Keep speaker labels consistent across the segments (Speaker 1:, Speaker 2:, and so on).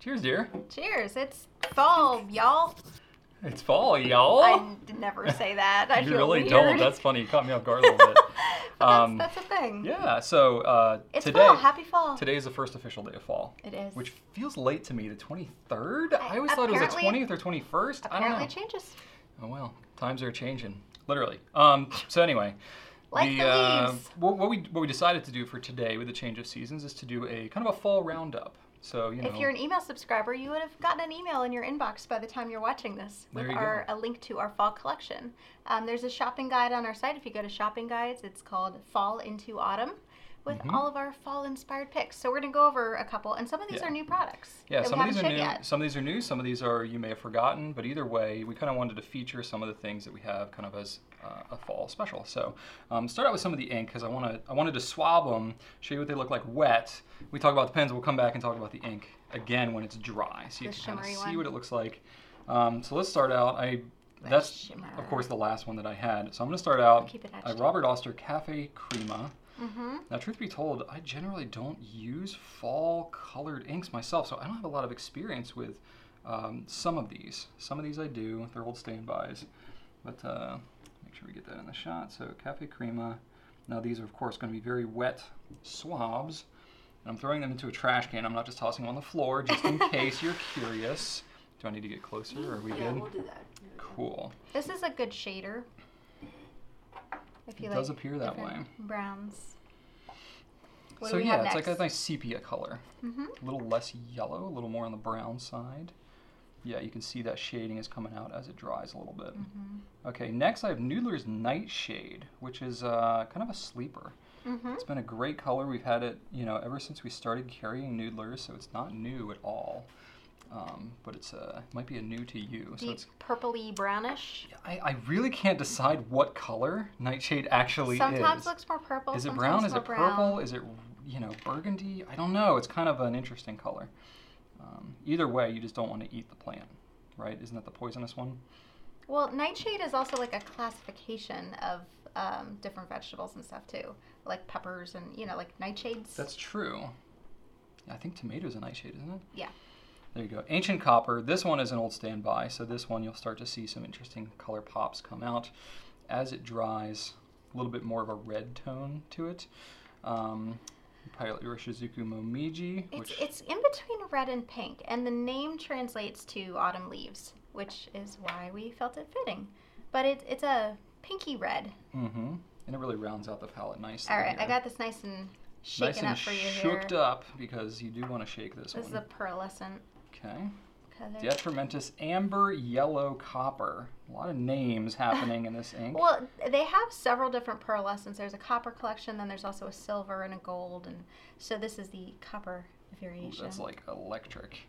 Speaker 1: Cheers, dear.
Speaker 2: Cheers. It's fall, y'all.
Speaker 1: It's fall, y'all.
Speaker 2: I d- never say that. I
Speaker 1: Oh. you
Speaker 2: feel
Speaker 1: really
Speaker 2: weird.
Speaker 1: don't. That's funny. You caught me off guard a little bit.
Speaker 2: But that's,
Speaker 1: um,
Speaker 2: that's a thing.
Speaker 1: Yeah. So uh,
Speaker 2: It's
Speaker 1: today,
Speaker 2: fall. Happy fall.
Speaker 1: today is the first official day of fall,
Speaker 2: it is.
Speaker 1: which feels late to me. The 23rd. I, always thought it was the
Speaker 2: apparently-
Speaker 1: 20th or 21st. I don't
Speaker 2: apparently
Speaker 1: know.
Speaker 2: changes.
Speaker 1: Oh well, times are changing, literally. Um, so anyway,
Speaker 2: Like the
Speaker 1: uh,
Speaker 2: leaves.
Speaker 1: what, what we what we decided to do for today with the change of seasons is to do a kind of a fall roundup. So you know,
Speaker 2: If you're an email subscriber, you would have gotten an email in your inbox by the time you're watching this with
Speaker 1: There you
Speaker 2: our a link to our fall collection. Um, there's a shopping guide on our site. If you go to shopping guides, it's called Fall into Autumn with
Speaker 1: Mhm.
Speaker 2: all of our fall inspired picks. So we're going to go over a couple and some of these
Speaker 1: Yeah.
Speaker 2: are new products.
Speaker 1: yeah,
Speaker 2: that
Speaker 1: some of
Speaker 2: we
Speaker 1: these are
Speaker 2: haven't
Speaker 1: new.
Speaker 2: showed Yet.
Speaker 1: Some of these are new. Some of these are you may have forgotten. But either way, we kind of wanted to feature some of the things that we have kind of as uh, a fall special. So um, start out with some of the ink because I want to I wanted to swab them, show you what they look like wet. We talk about the pens. We'll come back and talk about the ink again when it's dry, so you
Speaker 2: The
Speaker 1: can kind of
Speaker 2: shimmery
Speaker 1: see
Speaker 2: one.
Speaker 1: what it looks like. Um, so let's start out. I
Speaker 2: The
Speaker 1: that's
Speaker 2: shimmer.
Speaker 1: of course the last one that I had. So I'm going to start out.
Speaker 2: Keep it
Speaker 1: I
Speaker 2: etched.
Speaker 1: Robert Oster Cafe Crema.
Speaker 2: Mm-hmm.
Speaker 1: Now, truth be told, I generally don't use fall colored inks myself, so I don't have a lot of experience with um, some of these. Some of these I do, they're old standbys. But uh, make sure we get that in the shot. So, Cafe Crema. Now, these are, of course, going to be very wet swabs. And I'm throwing them into a trash can. I'm not just tossing them on the floor, just in case you're curious. Do I need to get closer? Are we
Speaker 3: Yeah,
Speaker 1: good?
Speaker 3: we'll do that.
Speaker 1: Cool.
Speaker 2: This is a good shader. If
Speaker 1: It does appear that way.
Speaker 2: different Browns. What
Speaker 1: so
Speaker 2: do we
Speaker 1: yeah,
Speaker 2: have
Speaker 1: it's
Speaker 2: next?
Speaker 1: like a nice sepia color.
Speaker 2: Mm-hmm.
Speaker 1: a little less yellow, a little more on the brown side. Yeah, you can see that shading is coming out as it dries a little bit.
Speaker 2: Mm-hmm.
Speaker 1: Okay, next I have Noodler's Nightshade, which is uh, kind of a sleeper.
Speaker 2: Mm-hmm.
Speaker 1: It's been a great color. We've had it, you know, ever since we started carrying Noodlers, so it's not new at all. Um, but it's uh, it might be a new to you. So
Speaker 2: Deep
Speaker 1: it's,
Speaker 2: purpley brownish.
Speaker 1: I, I really can't decide what color Nightshade actually
Speaker 2: sometimes
Speaker 1: Oh, is.
Speaker 2: looks more purple.
Speaker 1: is it
Speaker 2: sometimes
Speaker 1: brown? Is
Speaker 2: more
Speaker 1: it
Speaker 2: brown.
Speaker 1: purple? Is it you know burgundy? I don't know. It's kind of an interesting color. Um, either way, you just don't want to eat the plant, right? Isn't that the poisonous one?
Speaker 2: Well, nightshade is also like a classification of um, different vegetables and stuff too, like peppers and you know like nightshades.
Speaker 1: That's true. I think tomato's a nightshade, isn't it?
Speaker 2: Yeah.
Speaker 1: There you go. Ancient copper. This one is an old standby, so this one you'll start to see some interesting color pops come out as it dries. A little bit more of a red tone to it. Um, Pilot Urishizuku Momiji,
Speaker 2: it's
Speaker 1: which
Speaker 2: it's in between red and pink, and the name translates to autumn leaves, which is why we felt it fitting. But it, it's a pinky red.
Speaker 1: hmm and it really rounds out the palette nicely.
Speaker 2: All right, I
Speaker 1: here.
Speaker 2: got this nice and shaken
Speaker 1: nice and
Speaker 2: up for you here.
Speaker 1: shooked up because you do want to shake this,
Speaker 2: This is
Speaker 1: one.
Speaker 2: a pearlescent
Speaker 1: Okay.
Speaker 2: color.
Speaker 1: Detrimentus amber yellow copper. A lot of names happening in this ink.
Speaker 2: Well, they have several different pearlescents. There's a copper collection, then there's also a silver and a gold, and so this is the copper
Speaker 1: Ooh,
Speaker 2: variation.
Speaker 1: that's like electric.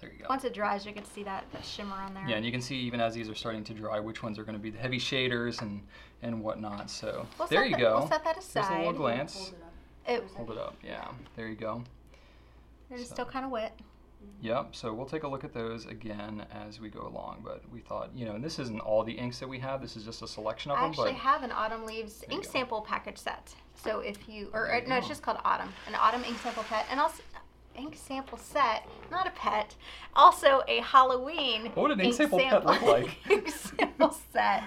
Speaker 1: There you go.
Speaker 2: Once it dries, you can see that, that shimmer on there.
Speaker 1: Yeah, and you can see even as these are starting to dry, which ones are going to be the heavy shaders and and whatnot. So
Speaker 2: We'll
Speaker 1: there
Speaker 2: set
Speaker 1: you
Speaker 2: that-
Speaker 1: go.
Speaker 2: We'll set that
Speaker 1: Here's a
Speaker 2: aside.
Speaker 1: little glance.
Speaker 3: Hold it up.
Speaker 2: It-
Speaker 1: Hold it up. Yeah, there you go.
Speaker 2: they're
Speaker 1: So-
Speaker 2: still kind of wet.
Speaker 1: Yep, so we'll take a look at those again as we go along, but we thought, you know, and this isn't all the inks that we have, this is just a selection of
Speaker 2: I
Speaker 1: them,
Speaker 2: actually
Speaker 1: but
Speaker 2: have an autumn leaves
Speaker 1: There you
Speaker 2: ink
Speaker 1: go.
Speaker 2: sample package set. So if you, or,
Speaker 1: There
Speaker 2: or-
Speaker 1: you
Speaker 2: no, it's
Speaker 1: go.
Speaker 2: just called autumn, an autumn ink sample pet, and also ink sample set, not a pet, also a Halloween.
Speaker 1: What would an ink sample pet look like?
Speaker 2: ink sample set.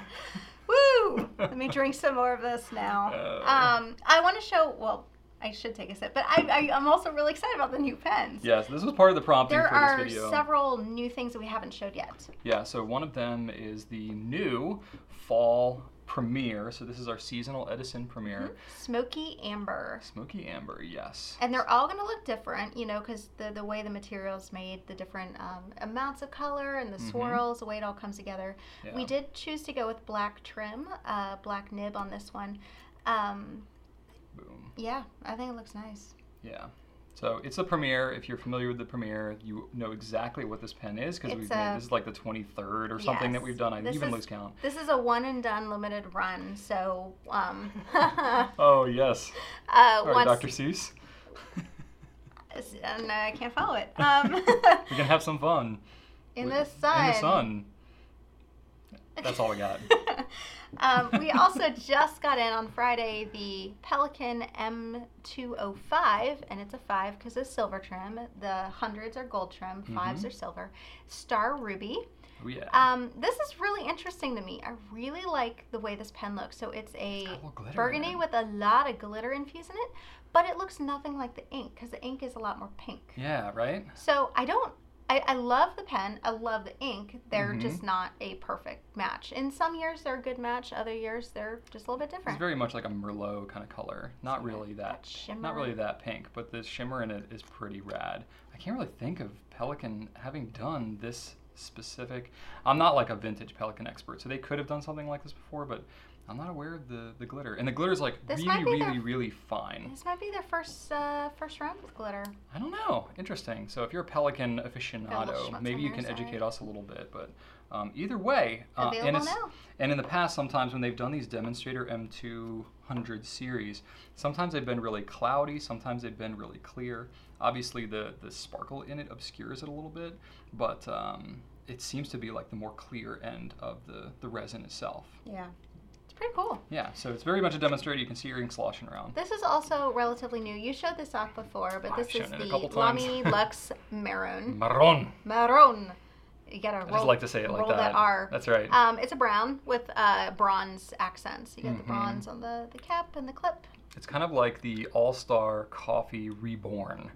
Speaker 2: Woo! Let me drink some more of this now.
Speaker 1: Oh.
Speaker 2: Um, I want to show. Well, I should take a sip, but I, I I'm also really excited about the new pens.
Speaker 1: yes, this was part of the prompting
Speaker 2: There
Speaker 1: for this
Speaker 2: are
Speaker 1: video.
Speaker 2: several new things that we haven't showed yet.
Speaker 1: Yeah, so one of them is the new fall premiere. So this is our seasonal Edison premiere.
Speaker 2: Hmm? Smoky amber.
Speaker 1: Smoky Amber, yes.
Speaker 2: Mm-hmm. And they're all going to look different, you know, because the, the way the material's made, the different um, amounts of color and the
Speaker 1: Mhm.
Speaker 2: swirls, the way it all comes together. We
Speaker 1: Yeah.
Speaker 2: did choose to go with black trim, uh, black nib on this one. Um,
Speaker 1: Boom.
Speaker 2: yeah, I think it looks nice.
Speaker 1: Yeah. So it's the premiere. If you're familiar with the premiere, you know exactly what this pen is because
Speaker 2: It's
Speaker 1: we've
Speaker 2: a-
Speaker 1: made this is like the 23rd or something that
Speaker 2: Yes.
Speaker 1: we've done. I
Speaker 2: This
Speaker 1: even
Speaker 2: is-
Speaker 1: lose count.
Speaker 2: This is a one and done limited run, so um, uh,
Speaker 1: Oh yes. All right,
Speaker 2: once
Speaker 1: Dr. Seuss.
Speaker 2: and I can't follow it. Um,
Speaker 1: we can have some fun.
Speaker 2: in
Speaker 1: We-
Speaker 2: the sun.
Speaker 1: In the sun. That's all we got.
Speaker 2: um, we also just got in on Friday the Pelican M205, and it's a five because it's silver trim. The hundreds are gold trim, 5s are silver. Star Ruby.
Speaker 1: Oh, Mm-hmm. yeah.
Speaker 2: Um, this is really interesting to me. I really like the way this pen looks. So it's a
Speaker 1: Got a little glitter in
Speaker 2: burgundy
Speaker 1: it.
Speaker 2: with a lot of glitter infused in it, but it looks nothing like the ink because the ink is a lot more pink.
Speaker 1: yeah, right?
Speaker 2: So I don't. I, I love the pen. I love the ink. They're
Speaker 1: Mhm.
Speaker 2: just not a perfect match. In some years they're a good match. Other years they're just a little bit
Speaker 1: It's
Speaker 2: different.
Speaker 1: very much like a Merlot kind of color. Not really that,
Speaker 2: shimmer.
Speaker 1: not really that pink, but the shimmer in it is pretty rad. I can't really think of Pelican having done this specific. I'm not like a vintage Pelican expert, so they could have done something like this before, but I'm not aware of the, the glitter. And the glitter's like
Speaker 2: This
Speaker 1: really,
Speaker 2: might be
Speaker 1: really,
Speaker 2: their-
Speaker 1: really fine.
Speaker 2: This might be their first uh, first round with glitter.
Speaker 1: I don't know. Interesting. So if you're a Pelican
Speaker 2: schmutz
Speaker 1: aficionado,
Speaker 2: on
Speaker 1: maybe you
Speaker 2: their
Speaker 1: can
Speaker 2: side.
Speaker 1: educate us a little bit. But um, either way, uh, and
Speaker 2: Available
Speaker 1: it's,
Speaker 2: now.
Speaker 1: and in the past, sometimes when they've done these demonstrator M200 series, sometimes they've been really cloudy, sometimes they've been really clear. Obviously, the the sparkle in it obscures it a little bit, but um, it seems to be like the more clear end of the the resin itself.
Speaker 2: Yeah, it's pretty cool.
Speaker 1: Yeah. So it's very much a demonstrator. You can see your ink sloshing around.
Speaker 2: This is also relatively new. You showed this off before, but
Speaker 1: I've
Speaker 2: this is
Speaker 1: shown it a
Speaker 2: the
Speaker 1: couple times.
Speaker 2: Lamy Lux Maroon.
Speaker 1: Marron.
Speaker 2: Maroon. You gotta
Speaker 1: I
Speaker 2: Mm-hmm. roll,
Speaker 1: just like to say it like
Speaker 2: roll that R.
Speaker 1: That's right.
Speaker 2: Um, it's a brown with uh, bronze accents. You get the
Speaker 1: Mhm.
Speaker 2: bronze on the, the cap and the clip.
Speaker 1: It's kind of like the All Star Coffee Reborn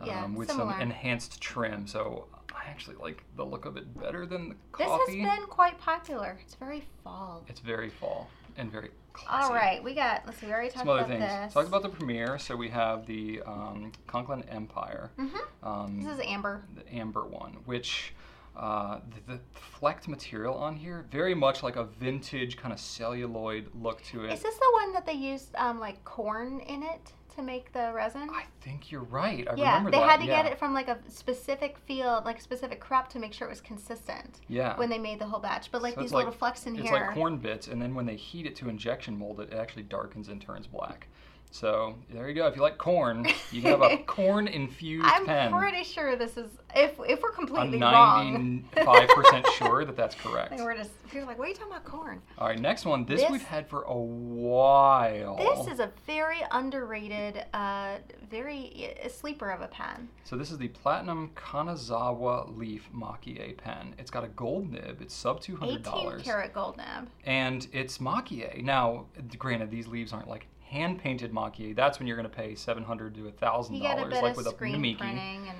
Speaker 1: um,
Speaker 2: Yeah,
Speaker 1: with
Speaker 2: similar.
Speaker 1: some enhanced trim. So I actually like the look of it better than the
Speaker 2: This has
Speaker 1: coffee.
Speaker 2: been quite popular. It's very fall.
Speaker 1: It's very fall and very classy.
Speaker 2: All right, we got. Let's see. We already talked
Speaker 1: Some other
Speaker 2: about
Speaker 1: things.
Speaker 2: this.
Speaker 1: Talk about the premiere. So we have the um, Conklin Empire,
Speaker 2: Mhm.
Speaker 1: um,
Speaker 2: This is amber.
Speaker 1: the amber one, which uh, the, the flecked material on here, very much like a vintage kind of celluloid look to it.
Speaker 2: Is this the one that they used um, like corn in it to make the resin?
Speaker 1: I think you're right. I
Speaker 2: yeah,
Speaker 1: remember
Speaker 2: they
Speaker 1: that.
Speaker 2: had to
Speaker 1: yeah.
Speaker 2: get it from like a specific field, like a specific crop, to make sure it was consistent
Speaker 1: Yeah.
Speaker 2: when they made the whole batch. But like
Speaker 1: So it's
Speaker 2: these
Speaker 1: like-
Speaker 2: little flecks in
Speaker 1: It's
Speaker 2: here,
Speaker 1: like corn bits, and then when they heat it to injection mold it, it actually darkens and turns black. So there you go. If you like corn, you can have a corn infused
Speaker 2: I'm
Speaker 1: pen.
Speaker 2: pretty sure this is if if we're
Speaker 1: I'm
Speaker 2: completely wrong.
Speaker 1: 95% sure that that's correct.
Speaker 2: They were just people were like, what are you talking about corn?
Speaker 1: All right, next one. This,
Speaker 2: This-
Speaker 1: we've had for a while.
Speaker 2: This is a very underrated, uh, very uh, sleeper of a pen.
Speaker 1: So this is the Platinum Kanazawa Leaf Makie pen. It's got a gold nib. It's sub $200.
Speaker 2: 18 karat gold nib.
Speaker 1: and it's maquia. Now, granted, these leaves aren't like hand painted maquia. That's when you're going to pay seven hundred to thousand
Speaker 2: You get a
Speaker 1: dollars,
Speaker 2: bit
Speaker 1: like
Speaker 2: of
Speaker 1: with a
Speaker 2: screen
Speaker 1: mimiki.
Speaker 2: printing and.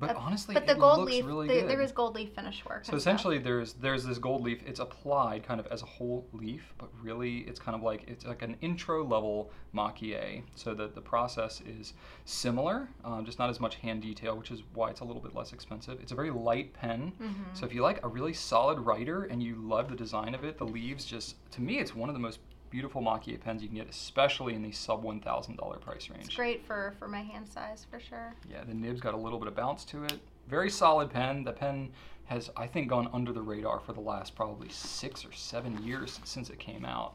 Speaker 1: But
Speaker 2: uh,
Speaker 1: honestly,
Speaker 2: but the
Speaker 1: it
Speaker 2: gold
Speaker 1: looks
Speaker 2: leaf,
Speaker 1: really
Speaker 2: the-
Speaker 1: good.
Speaker 2: there is gold leaf finish work.
Speaker 1: so
Speaker 2: and stuff.
Speaker 1: essentially, there's there's this gold leaf. It's applied kind of as a whole leaf, but really it's kind of like it's like an intro level maquia. So that the process is similar, um, just not as much hand detail, which is why it's a little bit less expensive. It's a very light pen,
Speaker 2: Mhm.
Speaker 1: so if you like a really solid writer and you love the design of it, the leaves just to me it's one of the most beautiful maquia pens you can get, especially in the sub one thousand dollar price
Speaker 2: It's
Speaker 1: range.
Speaker 2: great for for my hand size for sure.
Speaker 1: Yeah, the nib's got a little bit of bounce to it. Very solid pen. The pen has I think gone under the radar for the last probably six or seven years since it came out.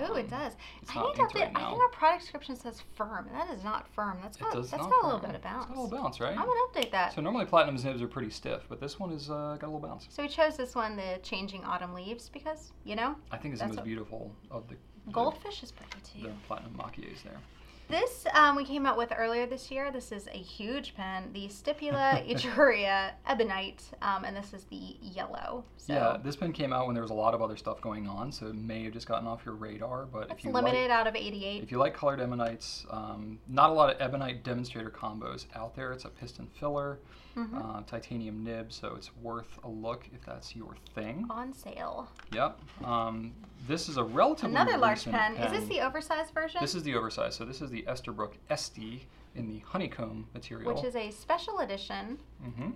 Speaker 2: Ooh,
Speaker 1: Um,
Speaker 2: it does.
Speaker 1: it's
Speaker 2: I
Speaker 1: not
Speaker 2: need to
Speaker 1: inked right
Speaker 2: update. I
Speaker 1: now.
Speaker 2: think our product description says firm, and that is not firm. That's
Speaker 1: It
Speaker 2: got
Speaker 1: does
Speaker 2: that's
Speaker 1: not
Speaker 2: got a little
Speaker 1: firm.
Speaker 2: bit of bounce.
Speaker 1: It's got a little bounce, right?
Speaker 2: I'm gonna update that.
Speaker 1: So normally platinum's nibs are pretty stiff, but this one is uh, got a little bounce.
Speaker 2: So we chose this one, the changing autumn leaves, because you know
Speaker 1: I think it's the
Speaker 2: That's
Speaker 1: most
Speaker 2: a-
Speaker 1: beautiful of the the-
Speaker 2: goldfish is pretty
Speaker 1: the,
Speaker 2: too.
Speaker 1: platinum maquias there.
Speaker 2: This um, we came out with earlier this year. This is a huge pen, the Stipula Etruria Ebonite, um, and this is the yellow. So
Speaker 1: Yeah, this pen came out when there was a lot of other stuff going on, so it may have just gotten off your radar. But if
Speaker 2: it's
Speaker 1: you
Speaker 2: limited
Speaker 1: like,
Speaker 2: out of 88.
Speaker 1: if you like colored ebonites, um, not a lot of ebonite demonstrator combos out there. It's a piston filler,
Speaker 2: Mhm.
Speaker 1: uh, titanium nib, so it's worth a look if that's your thing.
Speaker 2: on sale.
Speaker 1: Yep. Um, this is a relatively
Speaker 2: Another large
Speaker 1: recent
Speaker 2: pen. Is this the oversized version?
Speaker 1: This is the oversized. So this is the Esterbrook SD in the honeycomb material.
Speaker 2: which is a special edition.
Speaker 1: hmm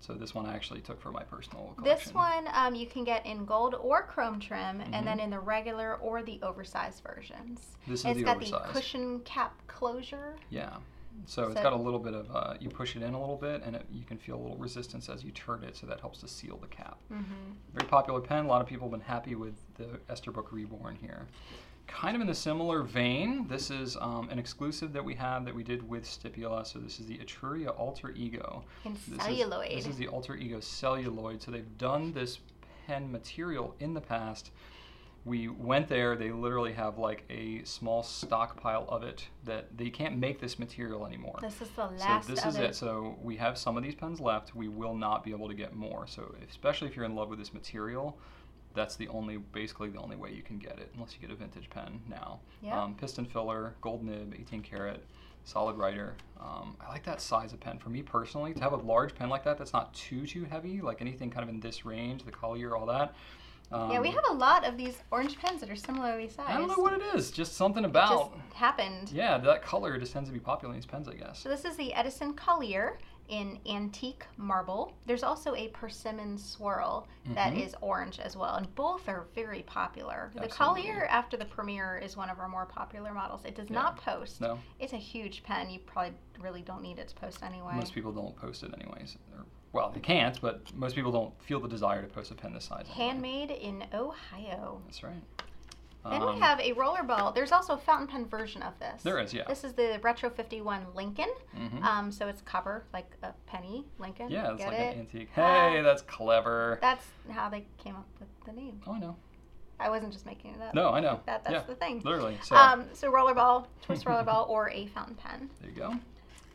Speaker 1: So this one I actually took for my personal collection.
Speaker 2: This one um, you can get in gold or chrome trim,
Speaker 1: Mhm.
Speaker 2: and then in the regular or the oversized versions.
Speaker 1: This is
Speaker 2: It's
Speaker 1: the
Speaker 2: got
Speaker 1: oversized.
Speaker 2: the cushion cap closure.
Speaker 1: Yeah. So it's
Speaker 2: So-
Speaker 1: got a little bit of, uh, you push it in a little bit and it, you can feel a little resistance as you turn it, so that helps to seal the cap.
Speaker 2: Mm-hmm.
Speaker 1: Very popular pen. A lot of people have been happy with the Esterbrook Reborn here. Kind of in a similar vein, this is um, an exclusive that we have that we did with Stipula. So this is the Etruria Alter Ego.
Speaker 2: In
Speaker 1: This is-
Speaker 2: celluloid.
Speaker 1: This is the Alter Ego Celluloid. So they've done this pen material in the past. We went there, they literally have like a small stockpile of it that they can't make this material anymore.
Speaker 2: This is the
Speaker 1: So
Speaker 2: last
Speaker 1: this
Speaker 2: of
Speaker 1: is it. So we have some of these pens left. We will not be able to get more. So especially if you're in love with this material, that's the only basically the only way you can get it unless you get a vintage pen now.
Speaker 2: Yeah.
Speaker 1: Um, piston filler, gold nib, 18 karat, solid writer. Um, I like that size of pen. For me personally, to have a large pen like that, that's not too too heavy. Like anything kind of in this range, the collier, all that. Um,
Speaker 2: yeah, we have a lot of these orange pens that are similarly sized.
Speaker 1: I don't know what it is. Just something
Speaker 2: It just
Speaker 1: about.
Speaker 2: happened.
Speaker 1: yeah, that color just tends to be popular in these pens, I guess.
Speaker 2: So this is the Edison Collier in antique marble. There's also a persimmon swirl that
Speaker 1: Mhm.
Speaker 2: is orange as well, and both are very popular. The
Speaker 1: Absolutely.
Speaker 2: Collier after the Premier is one of our more popular models. It does
Speaker 1: Yeah.
Speaker 2: not post.
Speaker 1: No.
Speaker 2: It's a huge pen. You probably really don't need it to post anyway.
Speaker 1: Most people don't post it anyways. Or, well, they can't, but most people don't feel the desire to post a pen this size. anyway.
Speaker 2: Handmade in Ohio.
Speaker 1: That's right.
Speaker 2: Then we
Speaker 1: Um,
Speaker 2: have a rollerball. There's also a fountain pen version of this.
Speaker 1: There is, yeah.
Speaker 2: This is the Retro 51 Lincoln.
Speaker 1: Mhm.
Speaker 2: Um, so it's copper, like a penny Lincoln.
Speaker 1: yeah, it's
Speaker 2: Get
Speaker 1: like
Speaker 2: it?
Speaker 1: an antique.
Speaker 2: Ah.
Speaker 1: Hey, that's clever.
Speaker 2: That's how they came up with the name.
Speaker 1: oh, I know.
Speaker 2: I wasn't just making it up.
Speaker 1: No, I know.
Speaker 2: That, that's
Speaker 1: yeah,
Speaker 2: the thing.
Speaker 1: literally. So
Speaker 2: Um, so rollerball, twist rollerball, or a fountain pen.
Speaker 1: there you go.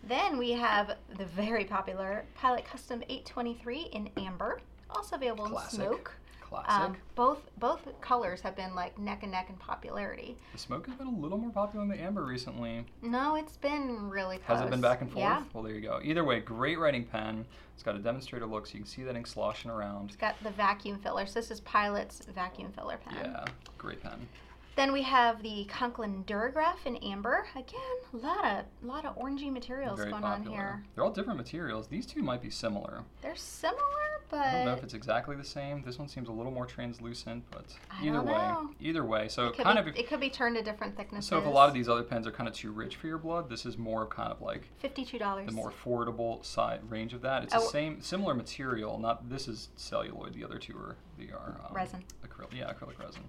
Speaker 2: Then we have the very popular Pilot Custom 823 in amber, also available
Speaker 1: Classic.
Speaker 2: in smoke.
Speaker 1: Classic.
Speaker 2: Um, both both colors have been like neck and neck in popularity.
Speaker 1: the smoke has been a little more popular than the amber recently.
Speaker 2: No, it's been really close.
Speaker 1: Has it been back and forth?
Speaker 2: Yeah.
Speaker 1: Well, there you go. Either way, great writing pen. It's got a demonstrator look, so you can see that ink sloshing around.
Speaker 2: It's got the vacuum filler. So this is Pilot's vacuum filler pen.
Speaker 1: Yeah, great pen.
Speaker 2: Then we have the Conklin Duragraph in amber. Again, a lot of lot of orangey materials
Speaker 1: Very
Speaker 2: going
Speaker 1: popular.
Speaker 2: on here.
Speaker 1: They're all different materials. These two might be similar.
Speaker 2: They're similar, but
Speaker 1: I don't know if it's exactly the same. This one seems a little more translucent, but
Speaker 2: I
Speaker 1: either
Speaker 2: don't
Speaker 1: way,
Speaker 2: know.
Speaker 1: either way. So
Speaker 2: it could,
Speaker 1: kind
Speaker 2: be,
Speaker 1: of.
Speaker 2: it could be turned to different thicknesses.
Speaker 1: so if a lot of these other pens are kind of too rich for your blood, this is more of kind of like
Speaker 2: fifty-two dollars.
Speaker 1: the more affordable side range of that. It's the
Speaker 2: Oh.
Speaker 1: same similar material. Not this is celluloid. The other two are they are um,
Speaker 2: Resin.
Speaker 1: Acrylic. Yeah, acrylic resin.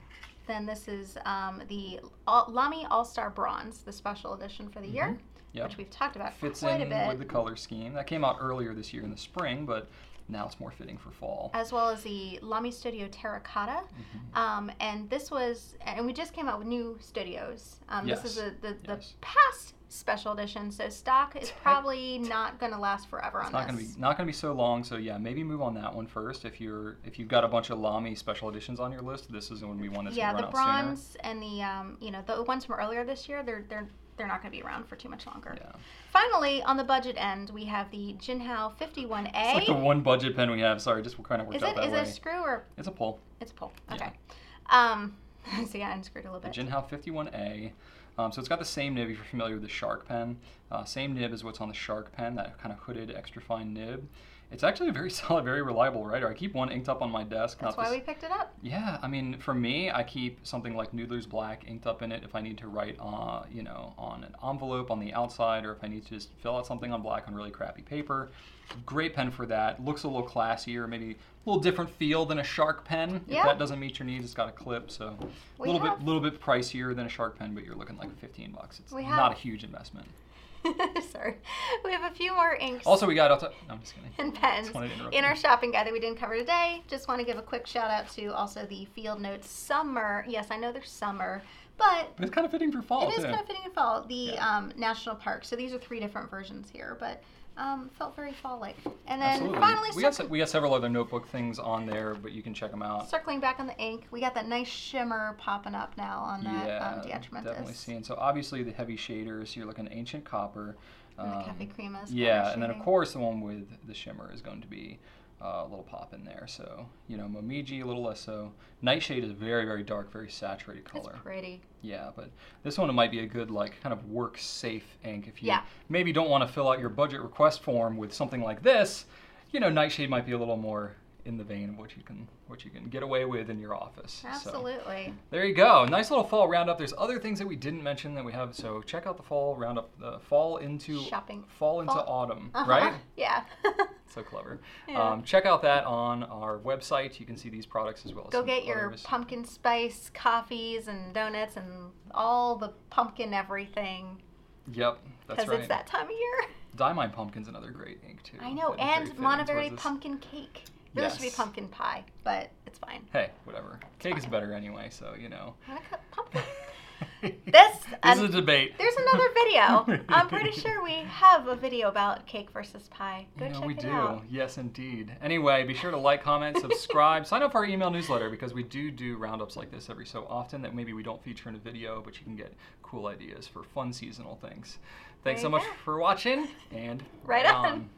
Speaker 2: Then this is um, the All- Lamy All Star Bronze, the special edition for the year,
Speaker 1: Mm-hmm. Yep.
Speaker 2: which we've talked about
Speaker 1: Fits
Speaker 2: quite
Speaker 1: in
Speaker 2: a bit,
Speaker 1: with the color scheme. That came out earlier this year in the spring, but now it's more fitting for fall. Mm-hmm.
Speaker 2: as well as the Lamy Studio Terracotta. Um, and this was, and we just came out with new studios. Um, This is
Speaker 1: Yes.
Speaker 2: the, the, the
Speaker 1: Yes.
Speaker 2: past special edition, so stock is probably not going to last forever
Speaker 1: It's
Speaker 2: on
Speaker 1: not gonna
Speaker 2: this.
Speaker 1: be not gonna be so long. So yeah, maybe move on that one first. If you're if you've got a bunch of Lamy special editions on your list, this is the one we want that's
Speaker 2: yeah,
Speaker 1: gonna
Speaker 2: the
Speaker 1: run out sooner.
Speaker 2: bronze and the um, you know the ones from earlier this year, they're they're they're not going to be around for too much longer.
Speaker 1: Yeah.
Speaker 2: Finally, on the budget end, we have the Jinhao 51A.
Speaker 1: It's like the one budget pen we have. Sorry, just kind of worked
Speaker 2: is
Speaker 1: out
Speaker 2: it
Speaker 1: that
Speaker 2: is
Speaker 1: way.
Speaker 2: it a screw or
Speaker 1: It's a pull.
Speaker 2: it's a pull?
Speaker 1: Yeah.
Speaker 2: Okay. Um, so yeah, I unscrewed a little
Speaker 1: The
Speaker 2: bit.
Speaker 1: Jinhao 51A. Um, so it's got the same nib if you're familiar with the Shark pen. Uh, same nib as what's on the Shark pen, that kind of hooded, extra fine nib. It's actually a very solid, very reliable writer. I keep one inked up on my desk.
Speaker 2: That's
Speaker 1: not
Speaker 2: why
Speaker 1: this,
Speaker 2: we picked it up.
Speaker 1: Yeah, I mean, for me, I keep something like Noodler's Black inked up in it if I need to write, uh, you know, on an envelope on the outside, or if I need to just fill out something on black on really crappy paper. Great pen for that. Looks a little classier, maybe a little different feel than a Shark pen.
Speaker 2: Yeah.
Speaker 1: If that doesn't meet your needs, it's got a clip, so a
Speaker 2: We
Speaker 1: little
Speaker 2: have-
Speaker 1: bit, little bit pricier than a Shark pen, but you're looking like 15 bucks. It's
Speaker 2: We
Speaker 1: not a
Speaker 2: have-
Speaker 1: huge investment.
Speaker 2: Sorry, we have a few more inks.
Speaker 1: Also, we got. outside- No, I'm just kidding.
Speaker 2: and pens
Speaker 1: Just wanted to interrupt
Speaker 2: in
Speaker 1: you.
Speaker 2: our shopping guide that we didn't cover today. Just want to give a quick shout out to also the Field Notes Summer. Yes, I know they're summer, but
Speaker 1: But it's kind of fitting for fall
Speaker 2: it is
Speaker 1: too.
Speaker 2: kind of fitting in fall. The
Speaker 1: Yeah.
Speaker 2: um, national park. So these are three different versions here, but um, felt very fall like. And then
Speaker 1: Absolutely.
Speaker 2: finally,
Speaker 1: we, got,
Speaker 2: circ-
Speaker 1: se- we got several other notebook things on there, but you can check them out.
Speaker 2: circling back on the ink, we got that nice shimmer popping up now on that um, Diatrimentis.
Speaker 1: definitely seeing. So obviously the heavy shaders. You're looking ancient copper.
Speaker 2: And the
Speaker 1: um,
Speaker 2: Cafe Crema is
Speaker 1: yeah,
Speaker 2: kinda
Speaker 1: and then of
Speaker 2: shading.
Speaker 1: course the one with the shimmer is going to be uh, a little pop in there. So you know, Momiji a little less so. Nightshade is a very very dark, very saturated
Speaker 2: It's
Speaker 1: color.
Speaker 2: pretty.
Speaker 1: Yeah, but this one might be a good like kind of work safe ink if you
Speaker 2: Yeah.
Speaker 1: maybe don't want to fill out your budget request form with something like this. You know, Nightshade might be a little more in the vein of what you can what you can get away with in your office. So-
Speaker 2: Absolutely.
Speaker 1: there you go. Nice little fall roundup. There's other things that we didn't mention that we have. So check out the fall roundup. The fall into
Speaker 2: Shopping.
Speaker 1: Fall into
Speaker 2: Fall-
Speaker 1: autumn.
Speaker 2: Uh-huh.
Speaker 1: Right.
Speaker 2: Yeah.
Speaker 1: So clever.
Speaker 2: Yeah.
Speaker 1: Um, check out that on our website. You can see these products as well as
Speaker 2: Go
Speaker 1: some
Speaker 2: get your
Speaker 1: others.
Speaker 2: pumpkin spice coffees and donuts and all the pumpkin everything
Speaker 1: Yep, that's
Speaker 2: because
Speaker 1: right.
Speaker 2: it's that time of year.
Speaker 1: Diamine pumpkin's another great ink too.
Speaker 2: I know,
Speaker 1: That is very
Speaker 2: and
Speaker 1: fitting
Speaker 2: Monterey
Speaker 1: towards this.
Speaker 2: pumpkin cake. Really should be
Speaker 1: Yes.
Speaker 2: pumpkin pie, but It's fine.
Speaker 1: Hey, whatever. Cake is better anyway, so you know.
Speaker 2: Want a cup of popcorn?
Speaker 1: this
Speaker 2: This.
Speaker 1: is a
Speaker 2: and
Speaker 1: debate.
Speaker 2: there's another video. I'm pretty sure we have a video about cake versus pie. Go
Speaker 1: You know,
Speaker 2: check
Speaker 1: we
Speaker 2: it
Speaker 1: do.
Speaker 2: out.
Speaker 1: Yes, indeed. Anyway, be sure to like, comment, subscribe, sign up for our email newsletter because we do do roundups like this every so often that maybe we don't feature in a video, but you can get cool ideas for fun seasonal things. Thanks so
Speaker 2: There you
Speaker 1: much
Speaker 2: go.
Speaker 1: for watching and
Speaker 2: Right on.